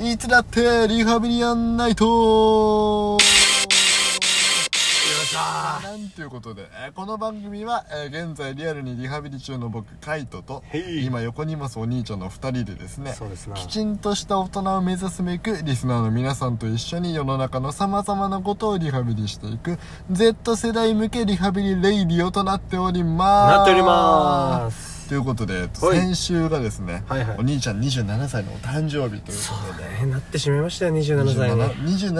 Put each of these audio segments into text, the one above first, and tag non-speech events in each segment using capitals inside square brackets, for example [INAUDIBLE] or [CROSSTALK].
いつだってリハビリやんないとなんということで、えーこの番組は、えー現在リアルにリハビリ中の僕カイトとへい今横にいますお兄ちゃんの2人でですねそうですなきちんとした大人を目指すべくリスナーの皆さんと一緒に世の中のさまざまなことをリハビリしていく Z 世代向けリハビリレイディオとなっておりますなっておりますということで、えっとはい先週がですね、はいはいお兄ちゃん27歳のお誕生日というそうことでだねなってしまいましたよ27歳ね 27,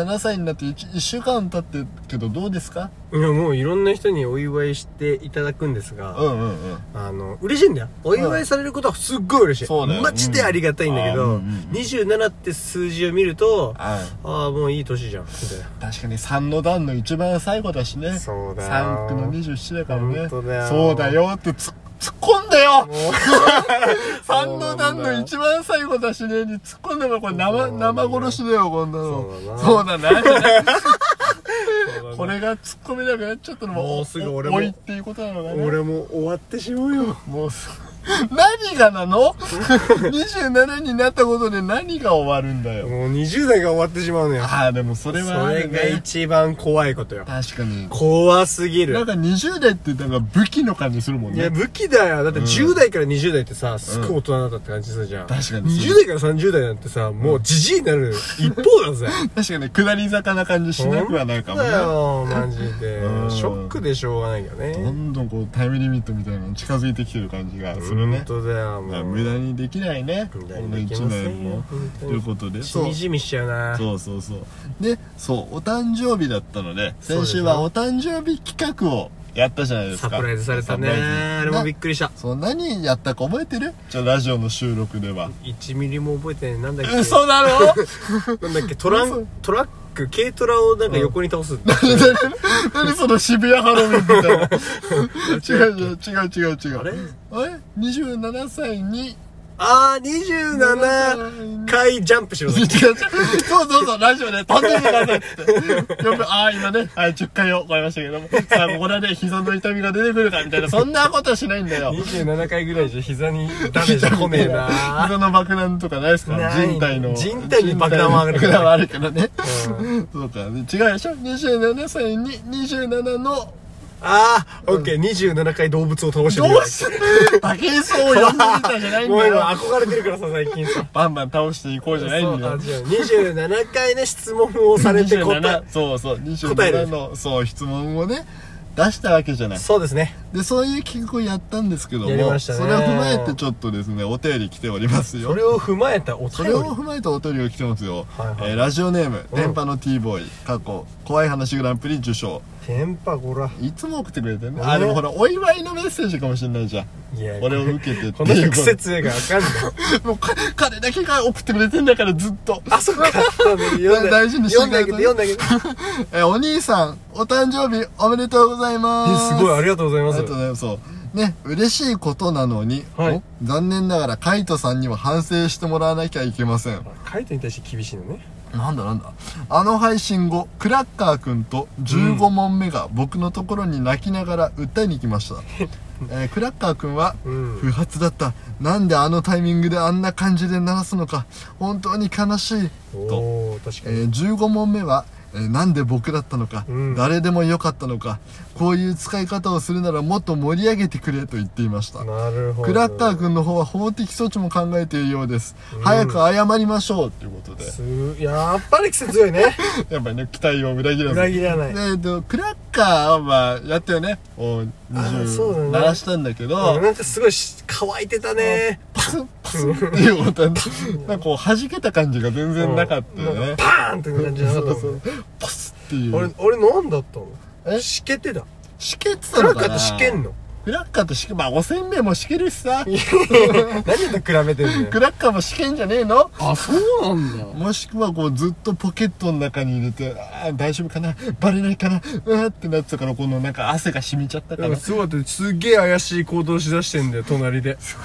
27歳になって 1, 週間経ってるけどどうですかいやもういろんな人にお祝いしていただくんですが、うんうんうんあの嬉しいんだよお祝いされることはすっごい嬉しい、そうだよマジでありがたいんだけど、うんあーうんうんうん27って数字を見るとあああーもういい年じゃんみたいな確かに3の段の一番最後だしねそうだ3よ区の27だからね本当だよそうだよってつ突っ込んで [LAUGHS] よもう三の段の一番最後だしねに突っ込んでもこれ生そうなんだ生よ殺しだよこんなの [LAUGHS] そそうだなじゃないここれれが突っ込めなくなっちゃったのももうすぐ俺もおいっていうことなのかね俺も終わってしまうよもうす何がなの [LAUGHS] ?27 になったことで何が終わるんだよもう20代が終わってしまうのよああでもそれはそあれるねが一番怖いことよ確かに怖すぎなんるか20代ってなんか武器の感じするもんいやね武器だよだって10代から20代ってさ、すっごい大人だったって感じするじゃん確かにそう20代から30代なんてさもうじじいになる一方だぜ確かに下り坂な [LAUGHS] 感じしなくはないかもだねよマジでうんショックでしょうがないよどねんどんこうタイムリミットみたいなのに近づいてきてる感じがするね本当だよもう無駄にできないねこの無駄にでき1ません年よも本当とにいうことでしそうみじみしちゃう [LAUGHS] なそうそうそうでそうお誕生日だったのでそ先うです週よはお誕生日企画をやったじゃないですサかプライズされたねサプライズあれもびっくりしたそう何やったか覚えてるじゃあラジオの収録では1ミリも覚えてないなんだっけ嘘だろ [LAUGHS] なんだっけトラ嘘ントラック軽トラをなんか横に倒す、何その渋谷ハロウィンみたいな [LAUGHS] 違う違う違う違う違うあれあれ27歳にああ27回ジャンプしろだ違う違うそうそうそう、ラジオで飛んでくださいって。よく、ああ、今ね、はい、10回を超えましたけども、さあ、ここでね、膝の痛みが出てくるかみたいな、そんなことしないんだよ。 27回ぐらいじゃ膝にダメージ来ねえ [LAUGHS] な膝の爆弾とかないですかない人体の。人体に爆弾はある人体に爆弾はあるからね。うそうか、違うでしょ ?27 歳に27の、ああオッケー27回動物を倒してどみようして竹井壮を呼んでみたじゃなういんもうだ今よ。憧れてるからさ最近さバンバン倒していこうじゃ [LAUGHS] ないんだよ。そうあ違う27回ね質問をされて答27そうそう答え27るのそう質問をね出したわけじゃなえいそうですねでそういう企画をやったんですけどやりもましそたねれを踏まえてちょっとですねお便り来ておりますそよれを踏まえたおそ便れりを踏まえてお便りが来てますよ、はいはいえーラジオネームうん電波の T ボーイ過去怖い話グランプリ受賞テンパゴラいつも送ってくれてるねねあでもほらお祝いのメッセージかもしれないじゃんいや俺を受けてってこのいう人癖強いから分かんない [LAUGHS] もうか彼だけが送ってくれてんだからずっとあ、そっか。読ん [LAUGHS] で大事にして読んであげて、読んであげて。えーお兄さんお誕生日おめでとうござ [LAUGHS] いますすごい、ありがとうございあまりすがとう。ございます。そう。ね、嬉しいことなのに、はいお残念ながらカイトさんには反省してもらわなきゃいけません。カイトに対して厳しいのね。なんだなんだ。あの配信後、クラッカーくんと15問目が僕のところに泣きながら訴えに来ま [LAUGHS] した。えークラッカーくんは、うん不発だった。なんであのタイミングであんな感じで鳴らすのか。本当に悲しい。と。おー、確かえに。ー15問目は、えーなんで僕だったのか、うん誰でもよかったのか、こういう使い方をするならもっと盛り上げてくれと言っていました。なるほど。クラッカー君の方は法的措置も考えているようです。早く謝りましょうということで。すーやっぱり癖強いね。やっぱりね、期待を裏切らず。裏切らない。でえっと、クラッカーは、まあ、やったよね。おあそうだ20、ね鳴らしたんだけ俺ど、なんかすごいし乾いてたね。パスンパスンっていう音なんかこう、弾けた感じが全然なかったよなんねか。パーンって感じじゃそなかうっそたもんうね。。パスってい俺う。、俺なんだったのえしけてた。しけてたクラのッカかーなとしけんの。クラッカーとしけ、まあ、おせんべいもしけるしさ。何と比べ [LAUGHS] てんのクラッカーもしけんじゃねえのあ、そうなんだ。もしくはこうずっとポケットの中に入れて、ああ、大丈夫かなバレないかなうわーってなってたから、このなんか汗が染みちゃったかなんら。かすごかったすっげえ怪しい行動しだしてんだよ隣です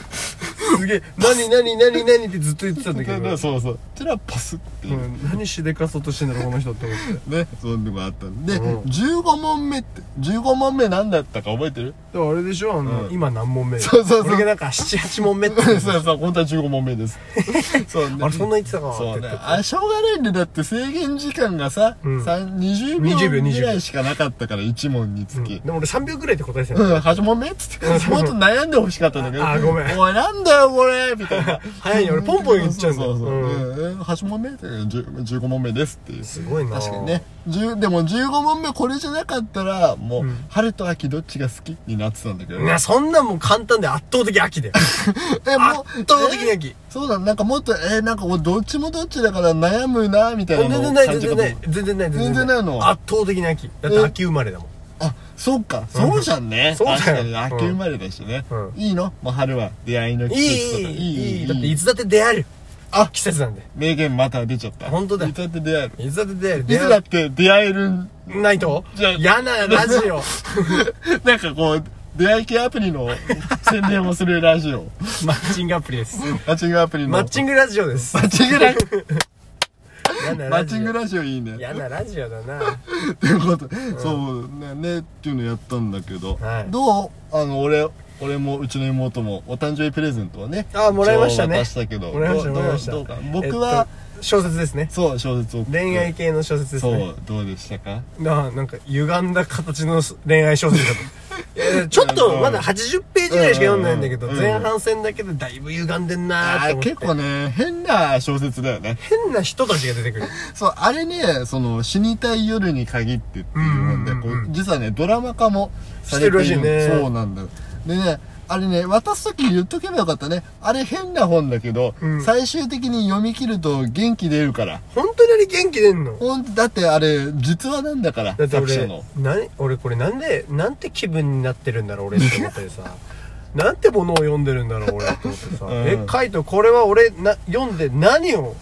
すげえ「何何何何」ってずっと言ってたんだけだからど、そうそうそれはパスっていうう、ん、何しでかそうとしてんだろうこの人って思ってねそんでもあったんで、うん15問目って15問目何だったか覚えてるでもあれでしょあの、うん今何問目そうそうそう俺がなんか78問目 [LAUGHS] ってそうそう本当は15問目です [LAUGHS] そうねあれそんな言ってたかってそ言うってねあしょうがないんでだって制限時間がさ、うんさん、20 20秒秒ぐらいしかなかったから1問につうんき、でも俺3秒ぐらいで答えてたうよん、8問目っつって、もっと悩んでほしかったんだけど。ああごめんおい、なんだよ、これみたいな。早いね俺ポンポン言っちゃうんだそようそうそう。うんうんうん8問目って15問目ですっていう。すごいな確かにね。10でも15問目これじゃなかったら、もう、うん春と秋どっちが好きになってたんだけど。いやそんなもん簡単で圧倒的秋だよえ、 [LAUGHS] もう圧倒的に秋えそうだ、なんかもっと、え、なんか俺どっちもどっちだから悩むな、みたい全なの然をない感全じたと然な思うい全然ない全然ないの圧倒的な秋だって秋生まれだもんあ、そうか。そうじゃんね。そうだよ確かにうん秋生まれだしね。うんいいのもう春は出会いのい季い節とか。いいいいだっていつだって出会えるあ季節なんで名言また出ちゃった。本当だよいつだって出会える。いつだって出会えるい出つだ会って出会える、えないとじゃあ嫌なラジ [LAUGHS] オなんかこう、出会い系アプリの宣伝をするラジオ。マッチングアプリですマッチングアプリの。マッチングラジオです [LAUGHS] マッチングラジオ。マ嫌なラジオッチングラジオいいね。嫌なラジオだなっていうこと、そうねねっていうのやったんだけど、はいどうあの俺俺もうちの妹もお誕生日プレゼントをねあもらいましたね一応渡したけどもらいましたどうもらいましたどうどうか僕は、えっと小説ですねそう小説を恋愛系の小説ですそう、ねどうでしたかなあなんか歪んだ形の恋愛小 [LAUGHS] 説だといやちょっとまだ80ページぐらいしか読んでないんだけどうん前半戦だけでだいぶ歪んでんなーってあ思って結構ね変な小説だよね変な人たちが出てくるそうあれねその死にたい夜に限ってっていうもんで、うんうんうんうんこう実はねドラマ化もされてるしてるらしいねそうなんだよでねあれね渡す時言っとけばよかったねあれ変な本だけど、うん最終的に読み切ると元気出るから本当にあれ元気出んのほんだってあれ実話なんだからだって作者俺の何俺これなんでなんて気分になってるんだろう俺って思ってさ [LAUGHS] なんてものを読んでるんだろう俺って思ってさ、うんえカイトこれは俺な読んで何を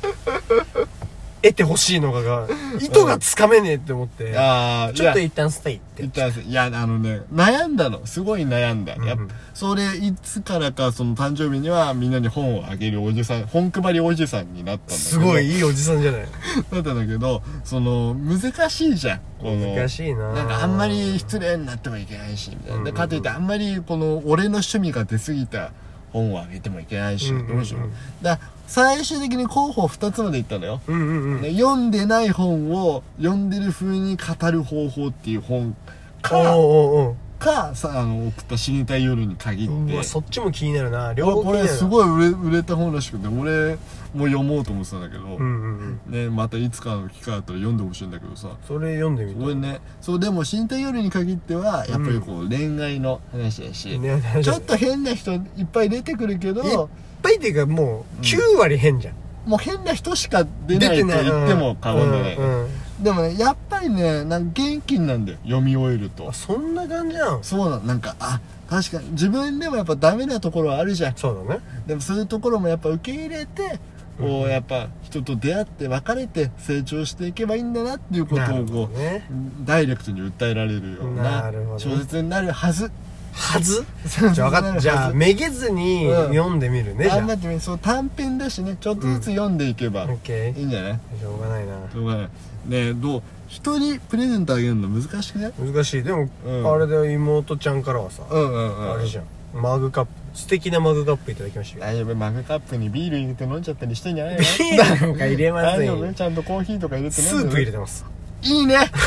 得てほしいのかが意図がつかめねえって思って、ああちょっといや一旦ステイって言ったんですいやあのね悩んだのすごい悩んだ、やっうんうんそれいつからかその誕生日にはみんなに本をあげるおじさん本配りおじさんになったんだけどすごいいいおじさんじゃないだったんだけどその難しいじゃんこの難しいななんかあんまり失礼になってもいけないしみたいな、うんうんうんかといってあんまりこの俺の趣味が出過ぎた本をあげてもいけないし、うんうんうんどうしようだから最終的に候補2つまでいったのよ、うんうんうんで読んでない本を読んでる風に語る方法っていう本おうかおうかさあの送った「死にたい夜」に限おうっうてわそっちも気になるな両方気こになるれなすごい売れ売れた本らしくて俺も読もうと思ってたんだけど、うんうんうんね、またいつかの機会あったら読んでほしいんだけどさそれ読んでみた俺ねそうでも「新体夜」に限ってはやっぱりこう、恋愛の話だし、ね大ち丈夫ょっと変な人いっぱい出てくるけいっどぱいっていうかもう9割変じゃん、もう変な人しか出ないと言っても過言じゃない、うんうんでもねやっぱりねなんか元気になるんだよ読み終えるとあそんな感じなのそうなんなんかあ確かに自分でもやっぱダメなところはあるじゃんそうだねでもそういうところもやっぱ受け入れてこうやっぱ人と出会って別れて成長していけばいいんだなっていうことなをるほこどうねダイレクトに訴えられるようななるほどね小説になるはずはずそうじゃ [LAUGHS] あ分かったじゃあめげずにうん読んでみるね、じゃあんなってねそう短編だしねちょっとずつ読んでいけばあオッケいいんじゃないーしょうがないなしょうがないねえどう人にプレゼントあげるの難しくない難しいでも、うんあれだよ妹ちゃんからはさ、うんうんあうれんじゃんマグカップ素敵なマグカップいただきましたよ大丈夫マグカップにビール入れて飲んじゃったりしてん [LAUGHS] じゃないのビールなんか入れませ大ん丈よ夫ちゃんとコーヒーとか入れて [LAUGHS] ス飲んでープ入れてますいいね [LAUGHS]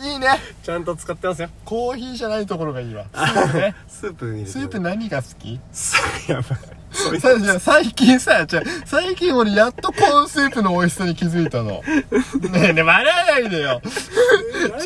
いいねちゃんと使ってますよコーヒーじゃないところがいいわスー [LAUGHS] プねスープ入れてスープ何が好きプや [LAUGHS] ば [LAUGHS] いさじゃあ最近さ、じゃあ最近俺やっとコーンスープの美味しさに気づいた [LAUGHS] の。ねえねえ、笑わないでよ。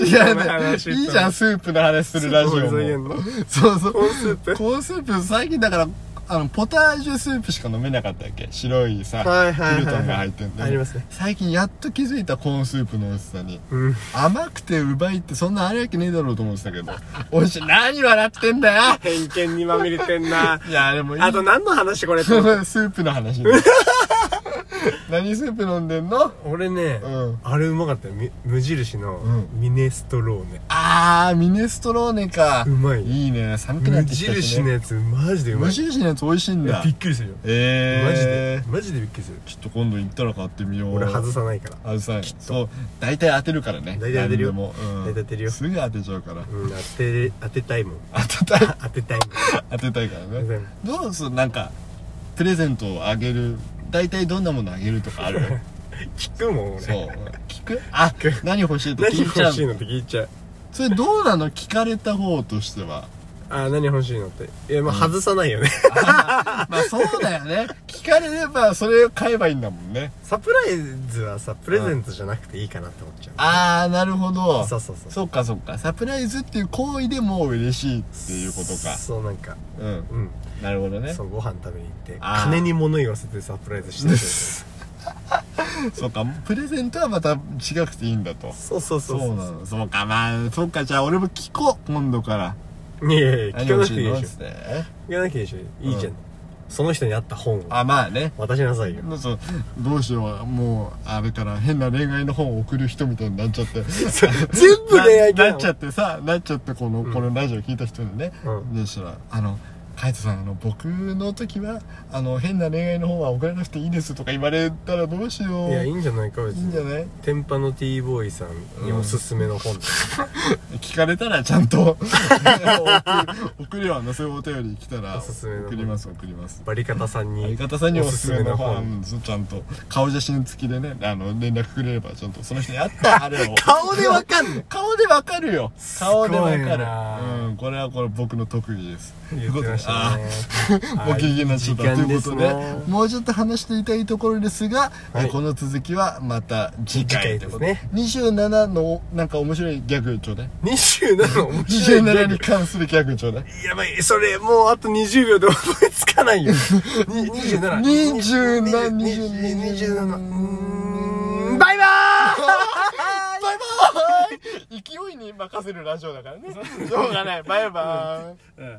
違うね。いいじゃん、スープの話するラジオスープの話やんもの。そうそう。コーンスープコーンスープ、最近だから、あの、ポタージュスープしか飲めなかったっけ白いさ、はいはいはいはいルトンが入ってんだよありますね最近やっと気づいたコーンスープの美味しさに。うん甘くてうまいってそんなあるわけねえだろうと思ってたけど。おいしい。何笑ってんだよ偏見にまみれてんないや、でもいい [LAUGHS] あと何の話これってスープの話。何何スープ飲んでんの俺ね、うんあれうまかったよみ無印のうんミネストローネ、あー、ミネストローネか。うまいいいね。寒くな無ってきたし、印のね。やつマジでうま無い印のやつ美味しいんいやだびっ。くりするよ、マジえでー。マジでびっくりするちょっと今度行ったら買ってみよう。俺外さないから外さない。そう。大体当てるからね。大体当てるよ何でもうん大体当てるよすぐ当てちゃうから。うん当て当てたい [LAUGHS] もん当てたい。当てたい当てたいからもんね。どうするなんか、プレゼントをあげる。大体どんなものあげるとかある [LAUGHS] 聞くもん俺そう。聞くあ、何欲しいと何聞いちゃ欲うしいののって聞いちゃうそれどうなの聞かれた方としては。あー何欲しいのっていやまあ外さないよね [LAUGHS] まあそうだよね。聞かれればそれを買えばいいんだもんね。サプライズはさプレゼントじゃなくていいかなって思っちゃうあー、なるほど。そうそうそうそっかそっか。サプライズっていう行為でもう嬉しいっていうことか。そうなんかうん。うんなるほどね。そうご飯食べに行ってあー金に物言わせてサプライズ [LAUGHS] してくれるそうか。プレゼントはまた違くていいんだと。そうそうそうそうなの。そうか。まあ、そうか。じゃあ俺も聞こう。今度から。いやいやいや聞かなくていい何欲でししのってょ聞かなくていいでしょいいじゃんうんその人に合った本をあ、まあね。渡しなさいよそうどうしようもうあれから変な恋愛の本を送る人みたいになっちゃってそう全部恋愛系ななっちゃっってさなっちゃってこの、うんこのラジオ聞いた人にね、うんでしたら「あの海人さんあの僕の時はあの変な恋愛の方は送らなくていいです」とか言われたらどうしよういやいいいんじゃないか別いんじゃにないテンパの T ボーイさんにおすすめの本聞かれたらちゃんと [LAUGHS] [LAUGHS] 送送るよあのそういうお便り来たらおすすめの送ります送りますバリカタさん相に方さんにおすすめのおすすめ本そうちゃんと顔写真付きでねあの連絡くれればちゃんとその人に合 [LAUGHS] ったあれを顔でわかんの [LAUGHS] 顔でわかるよ顔でわすごいかなるうんこれはこれ僕の特技です言ってましたねお聞きになっちゃったということで時間ですなもうちょっと話していたいところですが、はいえこの続きはまた次回次回とでいうこすとでね27のなんか面白いギャグちょうだい27面白いね27に関するギャグちょうだいやばいそれもうあと20秒で覚えつかないよに27 27 27 27うーんババイバーイイ [LAUGHS] バーイ勢いに任せるラジオだからねしょうがないバイバーイうん